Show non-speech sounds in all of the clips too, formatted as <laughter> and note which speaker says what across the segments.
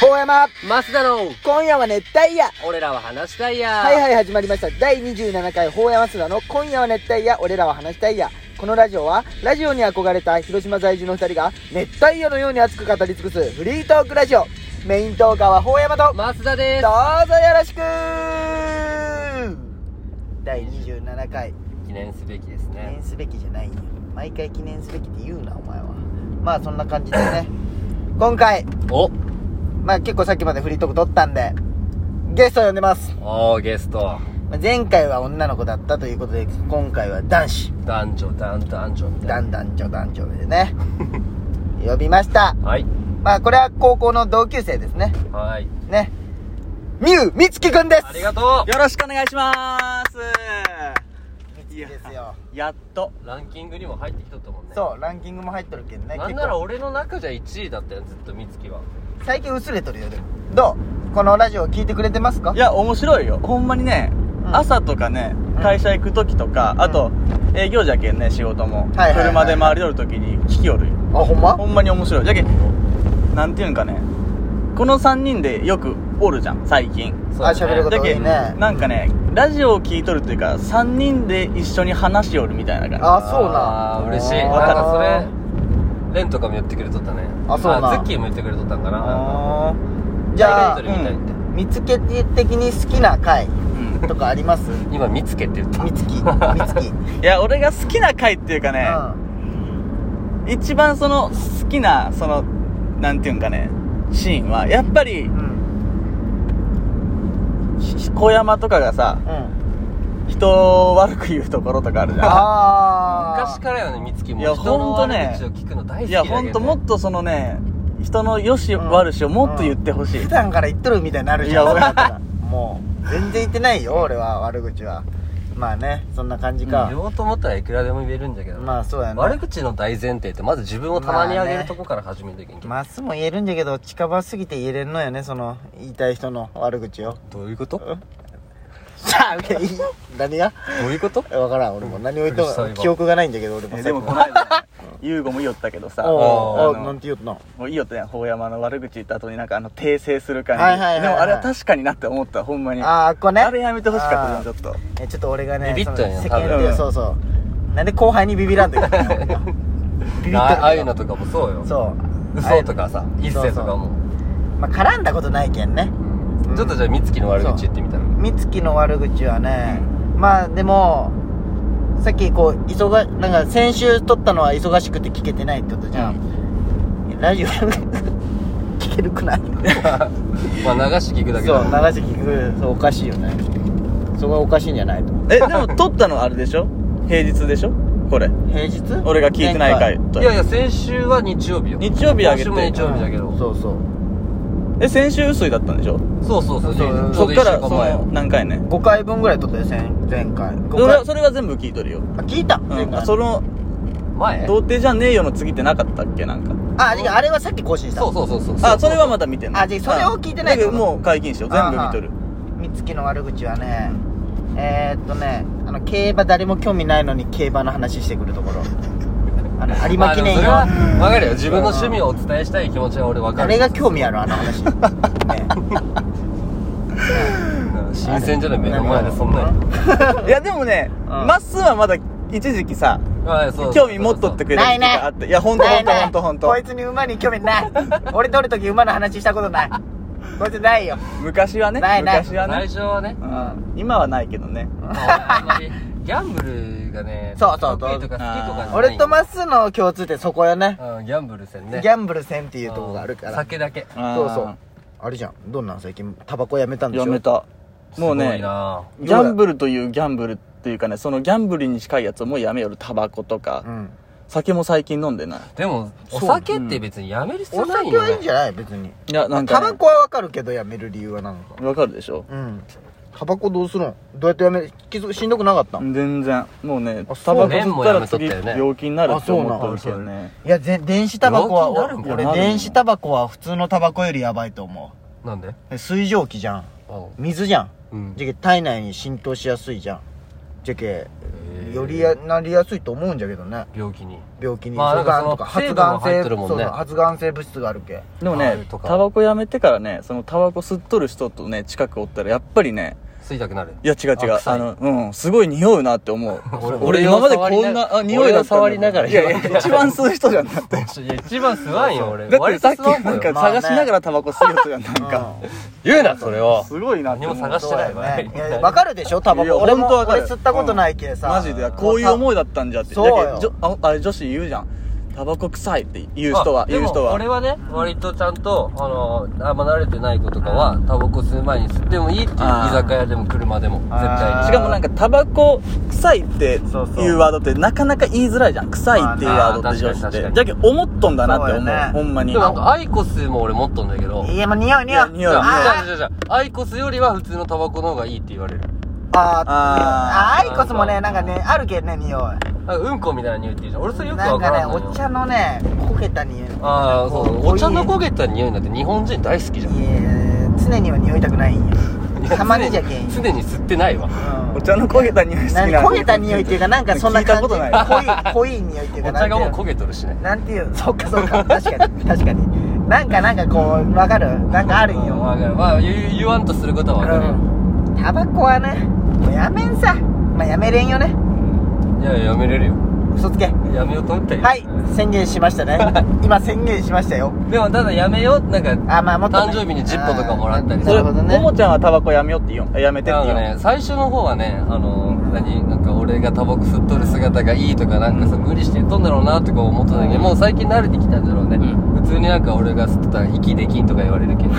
Speaker 1: ほうやま
Speaker 2: マスダの
Speaker 1: 今夜は熱帯夜
Speaker 2: 俺らは話したいや
Speaker 1: はいはい始まりました第27回ほうやますだの今夜は熱帯夜俺らは話したいやこのラジオはラジオに憧れた広島在住の2人が熱帯夜のように熱く語り尽くすフリートークラジオメイントーカーはほうやまとどう
Speaker 2: マスダです
Speaker 1: ぞよろしく第27回
Speaker 2: 記念すべきです
Speaker 1: 記
Speaker 2: ね
Speaker 1: 念すべきじゃないよ毎回記念すべきって言うなお前はまあそんな感じでね今回
Speaker 2: お
Speaker 1: まあ結構さっきまでフリートーク撮ったんでゲストを呼んでます
Speaker 2: おーゲスト
Speaker 1: まあ前回は女の子だったということで今回は男子
Speaker 2: 男女男男女みたい
Speaker 1: 男男女男女で
Speaker 2: <laughs>
Speaker 1: ね呼びました
Speaker 2: なはい
Speaker 1: まあこれは高校の同級生ですね
Speaker 2: はい
Speaker 1: ねみゆみつきくんです
Speaker 2: ありがと
Speaker 3: よろしくお願いします
Speaker 1: みつきですよ
Speaker 3: やっと
Speaker 2: うランキングにも入ってきとったもんね
Speaker 1: そうランキングも入っとるけんね
Speaker 2: なん
Speaker 1: 結
Speaker 2: なら
Speaker 1: 構
Speaker 2: 俺の中じゃ1位だったよずっと美月は
Speaker 1: 最近薄れとるよでもどうこのラジオ聞いてくれてますか
Speaker 3: いや面白いよほんまにね、
Speaker 1: ん
Speaker 3: 朝とかね
Speaker 1: ん
Speaker 3: 会社行く時とか、あと営業じゃけんね仕事も、
Speaker 1: はいはいはい
Speaker 3: 車で回り寄る時に聞きよるよ
Speaker 1: あほんま
Speaker 3: ほんまに面白いじゃけんなんていうんかねこの3人でよくおるじゃん最近
Speaker 2: そう
Speaker 1: あ喋るこ
Speaker 3: だ
Speaker 1: と多
Speaker 3: け
Speaker 1: い
Speaker 3: ん
Speaker 1: ね
Speaker 3: なんかねラジオを聞いとるっていうか3人で一緒に話しよるみたいな感じ
Speaker 1: あそうな
Speaker 2: あー嬉しい
Speaker 1: あー
Speaker 2: なんかそれレンとかも言ってくれとったね
Speaker 1: あそうなん
Speaker 2: ズッキーも言ってくれとったんかな
Speaker 3: あ
Speaker 1: じゃ
Speaker 2: タ
Speaker 1: あ
Speaker 2: イトルみたいって、
Speaker 1: 見つけ的に好きな回
Speaker 3: ーうん
Speaker 1: とかあります
Speaker 2: <laughs> 今見つけって言った
Speaker 1: みつきみつ
Speaker 2: <laughs>
Speaker 1: き
Speaker 3: いや俺が好きな回っていうかね、一番その好きなそのなんていうんかねシーンはやっぱり
Speaker 1: うんうん
Speaker 3: ひ小山とかがさ
Speaker 1: うん
Speaker 3: 人を悪く言うところとかあるじゃ
Speaker 1: ああ
Speaker 2: 昔からよね美月
Speaker 3: い
Speaker 2: も
Speaker 3: や
Speaker 2: 人の
Speaker 3: ほんとね
Speaker 2: 悪口を聞くの大
Speaker 3: ん
Speaker 2: 好き
Speaker 3: い
Speaker 2: だ
Speaker 3: や
Speaker 2: けど、
Speaker 3: ほ
Speaker 2: ね、
Speaker 3: んともっとそのね人の良し
Speaker 1: うん
Speaker 3: 悪しをもっと言ってほしい、
Speaker 1: 普段から言っとるみたいになるじゃん
Speaker 3: いや俺
Speaker 1: だからもう全然言ってないよ俺は悪口はまあねそんな感じか
Speaker 2: 言、おうと思ったらいくらでも言えるんだけど、
Speaker 1: まあそうやね
Speaker 2: 悪口の大前提ってまず自分をたまに上げ
Speaker 1: まあ
Speaker 2: る
Speaker 1: ね
Speaker 2: とこから始めていけんけん、
Speaker 1: まっすも言えるんだけど近場すぎて言えれんのよねその言いたい人の悪口を
Speaker 2: どういう
Speaker 3: <laughs>
Speaker 2: ことど
Speaker 1: さあいやいい何が
Speaker 2: ういう
Speaker 3: <laughs>
Speaker 2: こと
Speaker 1: 分からん俺も何を言って
Speaker 2: うるさいわ
Speaker 1: も記憶がないんだけど俺も
Speaker 3: え
Speaker 1: さ
Speaker 3: でもこの <laughs> 間優吾も言いよったけどさ
Speaker 1: おうおう
Speaker 3: あの
Speaker 1: なんて言うとな
Speaker 3: もういいよってね法山の悪口言った後になんかあの訂正する感じ、
Speaker 1: はいはいはいはい
Speaker 3: でもあれは確かになって思ったほんまに
Speaker 1: ああこうね
Speaker 3: あれやめてほしかったじゃんちょっと
Speaker 1: えちょっと俺がね
Speaker 2: ビビったん
Speaker 1: そ
Speaker 2: や
Speaker 1: の世間
Speaker 3: 多
Speaker 1: で
Speaker 3: 分
Speaker 1: そうそうなんで後輩にビビらんといけ
Speaker 3: <laughs>
Speaker 1: ないの俺がビビ
Speaker 2: あ
Speaker 1: っ
Speaker 2: ああいう
Speaker 1: と
Speaker 2: のとかもそうよ
Speaker 1: そう
Speaker 2: 嘘とかさ一
Speaker 1: そうそう
Speaker 2: 世とかも
Speaker 1: まあ絡んだことないけんね
Speaker 2: うんちょっとじゃあ美月の悪口言ってみたら
Speaker 1: 美月の悪口はね、まあでもさっきこう忙なんか先週撮ったのは忙しくて聞けてないってことじゃん、ラジオ <laughs> 聞けるくない
Speaker 2: まあ流し聞くだけ
Speaker 1: そう
Speaker 2: だ
Speaker 1: 流
Speaker 2: もん
Speaker 1: して聞くそうおかしいよねそこはおかしいんじゃないと
Speaker 3: えでも撮ったのあれでしょ平日でしょこれ
Speaker 1: 平日
Speaker 3: 俺が聞いてない回と
Speaker 2: いやいや先週は日曜日よ
Speaker 3: 日曜日あげ
Speaker 2: 今
Speaker 3: て
Speaker 2: 週も日曜日だけ
Speaker 1: う
Speaker 2: ど
Speaker 1: んそうそう
Speaker 3: え先週嘘だったんでしょ
Speaker 2: そうそうそう
Speaker 1: そうそう
Speaker 2: ちょ
Speaker 3: そ
Speaker 2: うど
Speaker 3: っか
Speaker 2: 一
Speaker 3: ら
Speaker 2: 週
Speaker 3: そ
Speaker 2: 間前
Speaker 3: の何回ね
Speaker 1: 5回分ぐらい撮ったよ前前回5
Speaker 3: それ
Speaker 1: 回
Speaker 3: はそれは全部聞いとるよ、
Speaker 1: あ聞いた、
Speaker 3: うん
Speaker 1: 前
Speaker 3: あ
Speaker 1: 回
Speaker 3: その
Speaker 2: 前
Speaker 3: 童貞じゃねえよの次ってなかったっけなんか
Speaker 1: あ違うあれはさっき更新した
Speaker 2: そうそうそうそう
Speaker 3: あそれはまた見てんの
Speaker 1: あじゃあそれを聞いてないってこと
Speaker 3: だけどもう解禁しよう全部見とる
Speaker 1: 美月の悪口はねえー、っとねあの競馬誰も興味ないのに競馬の話してくるところあの
Speaker 2: <laughs>
Speaker 1: 有馬記念
Speaker 2: まあでもそれ
Speaker 1: よあ
Speaker 2: は分かるよ自分の趣味をお伝えしたい気持ちは俺分かる
Speaker 1: れが興味あるあの
Speaker 2: <laughs>
Speaker 1: 話、ね、
Speaker 2: うん新鮮じゃない目の前でそんなに
Speaker 3: <laughs> いやでもね
Speaker 1: ん
Speaker 3: まっすーはまだ一時期さ
Speaker 2: はいそうそう
Speaker 3: 興味持っとってくれる時があっていやほんとほんとほんとほんと
Speaker 1: こいつに馬に興味ない俺とる時馬の話したことないこいつないよ、
Speaker 3: 昔はね
Speaker 1: ないない
Speaker 3: 昔は
Speaker 2: 最
Speaker 3: ね
Speaker 2: 初はね
Speaker 3: うん今はないけどね
Speaker 2: まあ俺あんまりギャンブルがね
Speaker 1: そうそう
Speaker 2: 得意とか好きとかじゃない
Speaker 1: 俺とまっすーの共通点そこよね
Speaker 2: うんギャンブル戦ね
Speaker 1: ギャンブルせんっていうとこがあるから
Speaker 2: 酒だけ
Speaker 1: そうそうあれじゃんどんなん最近タバコやめたん
Speaker 3: ん
Speaker 1: でしょ
Speaker 3: やめたもう
Speaker 2: すご
Speaker 3: ね
Speaker 2: いな
Speaker 3: ギャンブルというギャンブルっていうかねそのギャンブルに近いやつをもうやめよるタバコとか、
Speaker 1: うん
Speaker 3: 酒も最近飲んでない
Speaker 2: でも
Speaker 1: そ
Speaker 2: お
Speaker 1: う
Speaker 2: 酒って別にやめる必
Speaker 1: お
Speaker 2: 要ない
Speaker 1: 酒
Speaker 2: よ
Speaker 1: はいいん
Speaker 2: ね
Speaker 1: じゃない別に
Speaker 3: いやなんか、
Speaker 1: タ
Speaker 3: ね、
Speaker 1: バコはわかるけどやめる理由は何か
Speaker 3: わかるでしょ
Speaker 1: うんタバコどうするんどうやってやめるきつしんどくなかった、い
Speaker 3: 全然もうね
Speaker 1: あ
Speaker 3: タ
Speaker 1: そう
Speaker 3: バコ吸
Speaker 2: 麺も
Speaker 3: ったら次
Speaker 2: やめとったよね
Speaker 3: 病気になるって思っ
Speaker 1: あ
Speaker 3: て
Speaker 2: そう
Speaker 3: るけ
Speaker 2: な
Speaker 3: どね
Speaker 1: やぜ電子タバコは
Speaker 2: 病気になるん
Speaker 1: 俺
Speaker 3: かな
Speaker 1: 電子タバコは普通のタバコよりやばいと思
Speaker 2: なんで
Speaker 1: う水蒸気じゃん
Speaker 2: あ
Speaker 1: 水じゃん
Speaker 2: うん
Speaker 1: じゃけ体内に浸透しやすいじゃんじゃけ
Speaker 2: へー
Speaker 1: よりやなりやすいと思うんじゃけどね
Speaker 2: 病気に
Speaker 1: 病気に
Speaker 2: まあ
Speaker 1: そうがんとか
Speaker 2: なんかその
Speaker 1: 発がん
Speaker 2: 成分も入
Speaker 1: 性
Speaker 2: ってるもんね
Speaker 1: そうそう発がん性物質があるけ
Speaker 3: でも
Speaker 2: あ
Speaker 3: ね
Speaker 2: るとか
Speaker 3: タバコやめてからねそのタバコ吸っとる人とね近くおったらやっぱりね
Speaker 2: 吸いたくなる
Speaker 3: いや違う違
Speaker 2: あ
Speaker 3: う
Speaker 2: 臭い
Speaker 3: あのうんすごい匂うなって思う
Speaker 2: <laughs> 俺
Speaker 3: 俺
Speaker 2: 俺を
Speaker 3: 今までこ
Speaker 2: 触りなん
Speaker 3: なあ匂い
Speaker 2: 俺
Speaker 3: だったんだ
Speaker 2: を触りながら
Speaker 3: いやいや一番吸う人じゃんだって
Speaker 2: いや一番吸わんよ俺
Speaker 3: だって
Speaker 2: <laughs> 割と
Speaker 3: さっき
Speaker 2: 吸わん
Speaker 3: な
Speaker 2: の
Speaker 3: ん
Speaker 2: よ
Speaker 3: か
Speaker 1: まあね
Speaker 3: 探しながらタバコ吸う人じゃんなんか
Speaker 2: 言うなそれを
Speaker 3: すごいなって思う
Speaker 2: 何も探して <laughs> ないわ
Speaker 1: ねいやわかるでしょタバ
Speaker 3: いや
Speaker 1: コ俺も
Speaker 3: 本当わかる
Speaker 1: 俺吸ったことないけさ
Speaker 3: マジでこういう思いだったんじゃって
Speaker 1: そうよ
Speaker 3: だけどじょああれ女子言うじゃんタバコ臭いって言う人は
Speaker 2: あで
Speaker 3: 言う
Speaker 2: も
Speaker 3: 人は
Speaker 2: 俺はね割とちゃんとあのあんま慣れてない子とかはタバコ吸う前に吸ってもいいっていう居
Speaker 3: あー
Speaker 2: 酒屋でも車でも絶
Speaker 1: あー
Speaker 2: 対
Speaker 3: しかもなんかタバコ臭いっていう
Speaker 1: そうそう
Speaker 3: ワードってなかなか言いづらいじゃん臭いっていうワードって
Speaker 2: まあね
Speaker 3: 女子っ
Speaker 2: 確か
Speaker 3: て
Speaker 2: に
Speaker 3: だけど思っとんだなって思う
Speaker 1: そうよね
Speaker 3: ほんま
Speaker 2: に
Speaker 3: に
Speaker 2: でもなんかアイコスも俺持っとんだけど
Speaker 1: いやもう匂い匂い
Speaker 3: いや匂い
Speaker 1: あ
Speaker 2: じゃじゃじゃアイコスよりは普通のタバコの方がいいって言われる
Speaker 1: ーあ
Speaker 3: あ
Speaker 1: ーアイコスもねなんかねあるけどね匂い
Speaker 2: なんかうんこみたいな匂いって言うじゃん俺それよく
Speaker 1: な
Speaker 2: わ
Speaker 1: ん
Speaker 2: か
Speaker 1: からね
Speaker 2: んの
Speaker 1: お
Speaker 2: よ
Speaker 1: 茶のね焦げた匂い
Speaker 2: ああそう
Speaker 1: こう
Speaker 2: お茶の
Speaker 1: いい
Speaker 2: 焦げた匂いなんて日本人大好きじゃん
Speaker 1: いや常には匂いたくないんよたまにじゃけんよ
Speaker 2: すでに吸ってないわ
Speaker 1: うん
Speaker 3: お茶の焦げた匂い好きな
Speaker 1: 何
Speaker 3: の
Speaker 1: 焦げた匂いっていうかなんかそんな感
Speaker 3: 聞い
Speaker 1: じ
Speaker 3: たことない
Speaker 1: 濃い濃い匂いってい
Speaker 2: お
Speaker 1: うか
Speaker 2: 茶がもう
Speaker 1: なんてい
Speaker 2: 焦げとるしね
Speaker 1: うなんていうそっかそっか確かに確かになんかなんかこうわかるなんかあるん
Speaker 2: うん
Speaker 1: よ
Speaker 2: わかるまあ言う言わんとすることはわかるよ
Speaker 1: うんタバコはねもうやめんさまあやめれんよね
Speaker 2: いやいややめれるよ
Speaker 1: 嘘つけ
Speaker 2: やめようと思ったよ
Speaker 1: はい宣言しましたね今宣言しましたよ
Speaker 2: でもただやめようなんか
Speaker 1: あまあもっとね
Speaker 2: 誕生日にジッポとかもらったり
Speaker 1: な
Speaker 2: さ
Speaker 1: るほどね
Speaker 3: ももちゃんはタバコやめようって言うんやめてっ
Speaker 2: な
Speaker 3: て
Speaker 2: ん
Speaker 3: 言
Speaker 2: か
Speaker 3: うん
Speaker 2: ね最初の方はねあの何なんか俺がタバコ吸っとる姿がいいとかなんかさ無理して言っとんだろうなとか思ってたんだけどもう最近慣れてきたんだろうね
Speaker 3: う
Speaker 2: 普通になんか俺が吸ってたら息できんとか言われるけど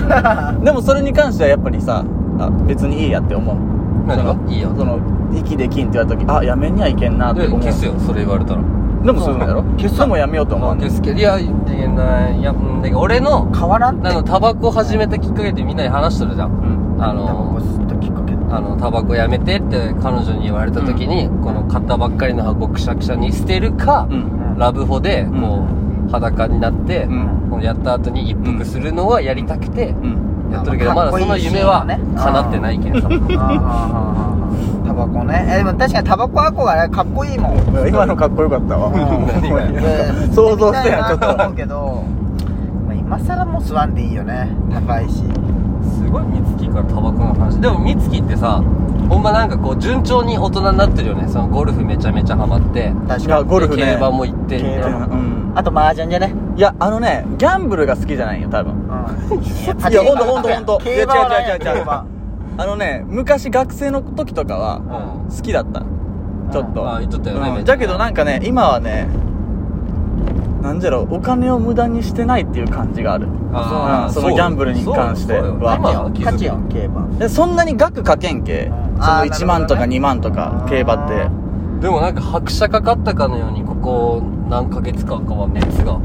Speaker 3: でもそれに関してはやっぱりさあ別にいいやって思う
Speaker 2: 何がいいよ
Speaker 3: その息できんって言われた時あやめにはいけんなって
Speaker 2: で
Speaker 3: 思う
Speaker 2: 消すよそれ言われたら
Speaker 3: でもそうなんやろ消すのもやめようと思う
Speaker 2: 消すけどいやいやないやうんだけど俺の
Speaker 1: 変わらんって
Speaker 2: あのタバコ始めたきっかけでみんなに話しとるじゃん
Speaker 3: うん
Speaker 2: あ
Speaker 1: タバコ
Speaker 2: の
Speaker 1: 吸ったきっかけ
Speaker 2: あのタバコやめてって彼女に言われた時に、この買ったばっかりの箱くしゃくしゃに捨てるか、
Speaker 3: うん
Speaker 2: ラブホでこう、裸になって、
Speaker 3: うん
Speaker 2: こうやった後に一服するのはやりたくて
Speaker 3: うん
Speaker 2: やっとるけど、
Speaker 1: うん
Speaker 2: まだその夢は
Speaker 1: かっこいいシーンをね
Speaker 2: 叶ってないけんさ、
Speaker 1: <laughs> ああああタバコねえでも確かにタバコ箱がねかっこいいもん
Speaker 3: 今のかっこよかったわ
Speaker 1: うん
Speaker 2: 何がや
Speaker 3: 想像してやんちょ
Speaker 1: み
Speaker 3: っと
Speaker 1: たいな思うけど、まあ、今更もう吸わんでいいよね高いし
Speaker 2: すごい美月からタバコの話でも美月ってさほんまなんかこう順調に大人になってるよねそのゴルフめちゃめちゃハマって
Speaker 1: 確
Speaker 3: い
Speaker 1: か
Speaker 3: や
Speaker 1: に
Speaker 3: ゴルフね
Speaker 2: 競馬も行ってみたいな
Speaker 3: うん
Speaker 1: あと麻雀じゃね
Speaker 3: いやあのねギャンブルが好きじゃないよ多分
Speaker 1: うん
Speaker 3: いやほんとほんとほんとい
Speaker 1: 競
Speaker 3: や
Speaker 1: 馬はね
Speaker 3: 違う違う違う違う
Speaker 1: 競馬
Speaker 3: あのね昔学生の時とかは
Speaker 2: うん
Speaker 3: 好きだったちょっと
Speaker 2: あ言っとったよね
Speaker 3: うん
Speaker 2: めっちゃ
Speaker 3: だけどなんかね今はねなんじゃろうお金を無駄にしてないっていう感じがある
Speaker 2: あー
Speaker 3: うんその
Speaker 2: う
Speaker 3: ギャンブルに関して
Speaker 2: そうよ
Speaker 3: は
Speaker 2: 今は気づく
Speaker 1: 勝ちよ競馬
Speaker 3: でそんなに額かけんけ
Speaker 1: ん
Speaker 3: その
Speaker 1: あー
Speaker 3: 1万とか
Speaker 1: なるほどね
Speaker 3: 2万とか競馬って
Speaker 2: でもなんか拍車かかったかのようにここ何ヶ月間かは熱があ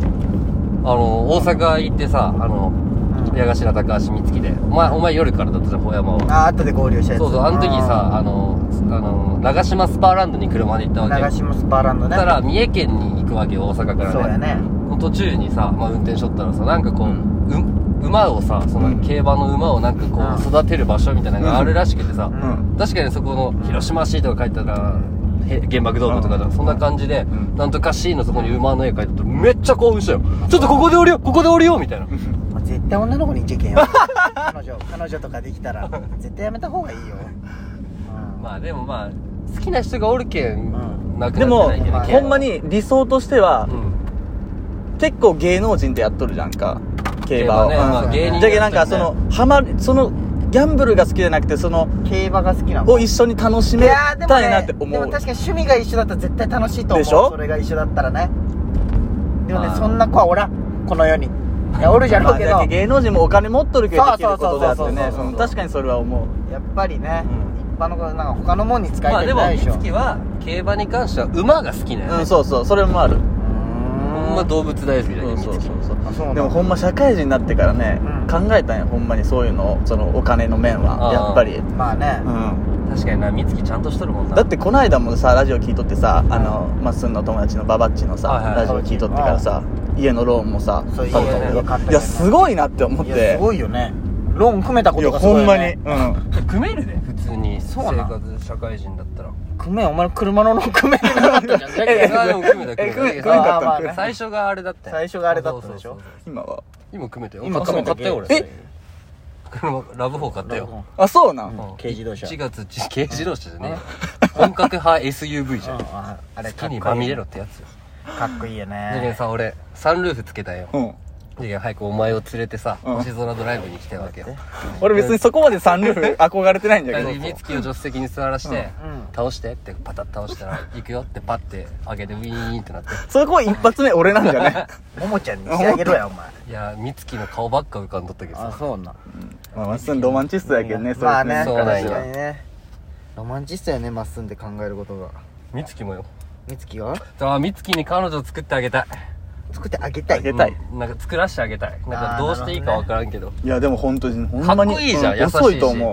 Speaker 2: の大阪行ってさあの矢頭高橋美月でお前お前夜からだったじゃん小山は
Speaker 1: ああ後で合流したやつ
Speaker 2: そうそうあの時さあのあの長島スパーランドに車で行ったわけ
Speaker 1: 長
Speaker 2: よ
Speaker 1: 島スパーランド
Speaker 2: そし
Speaker 1: ね
Speaker 2: たら三重県に行くわけよ大阪からね
Speaker 1: そうやね
Speaker 2: 途中にさ、まあ、運転しとったらさなんかこう、
Speaker 3: う
Speaker 2: う馬をさその競馬の馬をなんかこう育てる場所みたいなのがあるらしくてさ、
Speaker 1: うん
Speaker 3: うん
Speaker 2: 確かにそこの広島市とか書いてたらへ原爆ドームとかじゃんそんな感じで、
Speaker 3: ん
Speaker 2: なんとか C のそこに馬の絵描いてたらめっちゃ興奮したよちょっとここで降りようここで降りようみたいな
Speaker 1: まあ絶対女の子にいっちゃいけんよ <laughs> 彼女彼女とかできたら絶対やめた方がいいようん
Speaker 2: まあでもまあ好きな人がおるけん、
Speaker 1: ん
Speaker 2: なくな
Speaker 3: で
Speaker 2: っ
Speaker 3: も
Speaker 2: てないけどね
Speaker 3: ほんまに理想としては
Speaker 2: うん
Speaker 3: 結構芸能人ってやっとるじゃんか競馬を
Speaker 2: 競馬ねまあ
Speaker 3: うん
Speaker 2: 芸人
Speaker 3: だけどなん
Speaker 2: や
Speaker 3: か
Speaker 2: っと
Speaker 3: そ
Speaker 2: るね
Speaker 3: のハマるそのギャンブルが好きじゃなくてその
Speaker 1: 競馬が好きなの
Speaker 3: を一緒に楽し
Speaker 1: い
Speaker 3: め
Speaker 1: やーでも
Speaker 3: たいな
Speaker 1: ね
Speaker 3: って
Speaker 1: で
Speaker 3: 思
Speaker 1: も
Speaker 3: う
Speaker 1: 確かに趣味が一緒だったら絶対楽しいと思う
Speaker 3: でしょ
Speaker 1: それが一緒だったらねでも
Speaker 2: あ
Speaker 1: ね
Speaker 2: ー
Speaker 1: そんな子はおらんこの世にいやおるじゃ
Speaker 3: ま
Speaker 1: ろ
Speaker 3: あ
Speaker 1: うけ
Speaker 3: だ
Speaker 1: ど
Speaker 3: って芸能人もお金持っとるけど
Speaker 1: そう
Speaker 3: できることであっ
Speaker 1: そうそう
Speaker 3: て
Speaker 1: そう
Speaker 3: ね
Speaker 1: そう
Speaker 3: うん確かにそれは思
Speaker 1: やっぱりね、
Speaker 3: うん
Speaker 1: 一般の子なんか他のもんに使い
Speaker 2: ま
Speaker 1: た
Speaker 2: あで
Speaker 1: く
Speaker 2: も
Speaker 1: ない
Speaker 2: 美
Speaker 1: でしょ、
Speaker 2: 月は競馬に関しては馬が好きな
Speaker 3: う
Speaker 2: よ
Speaker 3: う
Speaker 2: ね、
Speaker 3: んそうそうそれもある
Speaker 2: ほんま動物大好きだ
Speaker 3: そ
Speaker 2: よ
Speaker 3: う
Speaker 2: ね
Speaker 3: そう
Speaker 2: 美
Speaker 3: そう
Speaker 2: 月
Speaker 3: そう
Speaker 1: あそうなん
Speaker 3: でもほんま社会人になってからね
Speaker 1: う
Speaker 3: 考えたんよほんまにそういうのをそのお金の面
Speaker 2: あ
Speaker 3: は
Speaker 2: ー
Speaker 3: やっぱり
Speaker 1: まあね、
Speaker 3: うん
Speaker 2: 確かにな美月ちゃんとしとるもんな
Speaker 3: だってこの間もさラジオ聞いとってさあのまっすんの友達のババッチの
Speaker 2: はい
Speaker 3: さ
Speaker 2: はい
Speaker 3: ラジオ聞いとってからさ家のローンもさ
Speaker 1: そう
Speaker 2: そう
Speaker 1: 家
Speaker 2: そう
Speaker 1: 家買ったりね
Speaker 3: いやすごいなって思っ
Speaker 1: いや
Speaker 3: て
Speaker 1: すごいよねローン組めたこ
Speaker 3: い
Speaker 1: と
Speaker 3: や
Speaker 1: がすごい
Speaker 3: ほ
Speaker 1: よ
Speaker 3: ん
Speaker 1: ね
Speaker 3: まにうん
Speaker 2: 組めるで普通通に生
Speaker 1: そうなん
Speaker 2: 活社会人だったら
Speaker 1: クメンお前の車のロックメンになってん <laughs> じゃん
Speaker 2: えあでも組めた
Speaker 3: え、
Speaker 2: 組
Speaker 3: 組
Speaker 2: め
Speaker 3: め、組め
Speaker 2: た
Speaker 1: ん
Speaker 3: か
Speaker 1: あーま
Speaker 3: っ
Speaker 1: あ
Speaker 3: た
Speaker 1: ね
Speaker 3: の
Speaker 2: 最初があれだったよ
Speaker 1: 最初があれだったでしょ
Speaker 2: そうそうそう
Speaker 3: 今は。
Speaker 2: 今組めたよ
Speaker 1: 今
Speaker 2: 今買
Speaker 1: 組めた
Speaker 2: ったよ俺
Speaker 1: <laughs>
Speaker 3: え
Speaker 2: 車ラブホー買ったよ
Speaker 3: あ、そうなん
Speaker 2: うん
Speaker 1: 軽自動車
Speaker 2: 1月ち軽自動車じゃねえ <laughs> 本格派 SUV じゃん
Speaker 1: うんああれ
Speaker 2: 好
Speaker 1: かっこい
Speaker 2: きに
Speaker 1: い
Speaker 2: まみれろってやつよ
Speaker 1: かっこいいよ
Speaker 2: でね
Speaker 1: ね
Speaker 2: さ俺サンルーフつけたよ
Speaker 3: うん。
Speaker 2: で早くお前を連れてさ
Speaker 3: うん
Speaker 2: 星空ドライブに来たわけよ
Speaker 3: 俺別にそこまでサンルーフ憧れてないんだけ
Speaker 2: で
Speaker 3: ど。
Speaker 2: 美月を助手席に座らして
Speaker 1: うんうん
Speaker 2: 倒してってパタッと倒したら行くよってパッて上げてウィーンってなって
Speaker 3: そこ一発目俺なんじゃない
Speaker 1: ももちゃんにしてあげろやお前
Speaker 2: いや美月の顔ばっか浮かんどったけど
Speaker 1: あ
Speaker 2: さ
Speaker 1: そうなん
Speaker 3: まあ、まっすんロマンチストやけどね、
Speaker 1: まあ
Speaker 3: れ
Speaker 1: ね
Speaker 2: そうなん
Speaker 1: 確
Speaker 2: よ
Speaker 1: かにねロマンチストやねまっすんで考えることが
Speaker 2: 美月もよ
Speaker 1: 美月が
Speaker 2: あ美月に彼女作ってあげたい
Speaker 1: 作ってあげたい
Speaker 3: あげたい
Speaker 2: うんなんか作らしてあげたいなんかどうしていいか分からんけど
Speaker 3: いや、でも本当に、ほんまに。
Speaker 2: かっこいいじゃん
Speaker 3: う
Speaker 2: 優しいし
Speaker 3: 遅いと思う。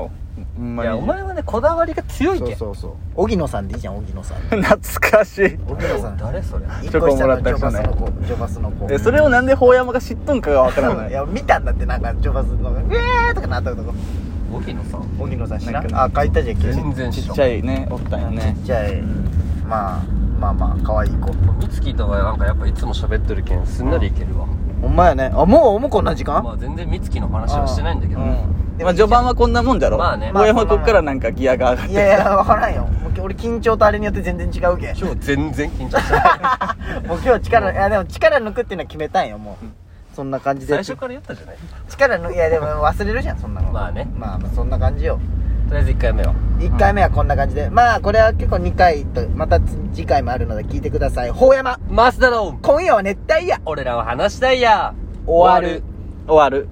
Speaker 3: ほんま
Speaker 2: い
Speaker 3: に。
Speaker 2: やお前はねこだわりが強い
Speaker 1: そう
Speaker 2: けん
Speaker 1: そうそう荻野さんでいいじゃん荻野さん
Speaker 3: <laughs> 懐かしい。
Speaker 1: 荻野さん
Speaker 2: 誰それ
Speaker 1: 一
Speaker 3: チョコもらった
Speaker 1: 個下
Speaker 3: 人
Speaker 1: の
Speaker 3: ね
Speaker 1: ジョバスの子ジョバスの子
Speaker 3: え、それをなんで法山が知っとんかがわからないい。
Speaker 1: や見たんだってなんかジョバスの「えー!」とかなったとこ
Speaker 2: 荻野さん
Speaker 1: 荻野さん知ら
Speaker 3: なん
Speaker 1: ん
Speaker 3: か
Speaker 1: あ書いたじゃん急に
Speaker 2: 全然
Speaker 3: ちっ
Speaker 2: 知
Speaker 3: ちゃ
Speaker 2: らん
Speaker 3: いね、おったんよね
Speaker 1: ち。っちゃいまあまあまあ可愛い子
Speaker 2: 美月とはなんかやっぱいつも喋ってるけんすんなりいけるわ
Speaker 1: ほんまやねあもうもうこんな時間
Speaker 2: まあ全然美月の話はしてないんだけ
Speaker 3: う
Speaker 2: ど
Speaker 3: ん。まあ、序盤はこんなもんじゃろ。
Speaker 2: まあね
Speaker 3: 法山はこっからなんかギアが上がっ
Speaker 1: い
Speaker 3: て。
Speaker 1: やいや分からんよもう俺緊張とあれによって全然違うけん
Speaker 2: 今日全然緊張してない
Speaker 1: もう今日力いやでも力抜くっていうのは決めたんよもう、
Speaker 3: うん
Speaker 1: そんな感じで
Speaker 2: <laughs> 最初から言ったじゃない
Speaker 1: 力抜いやでも忘れるじゃんそんなの
Speaker 2: まあね
Speaker 1: まあまあそんな感じよ
Speaker 2: とりあえず1回目は
Speaker 1: 1回目はこんな感じで、まあこれは結構2回とまた次回もあるので聞いてくださいほうやま
Speaker 2: マスだろ
Speaker 1: 今夜は熱帯夜
Speaker 2: 俺らは話したいや
Speaker 1: 終わる
Speaker 3: 終わる。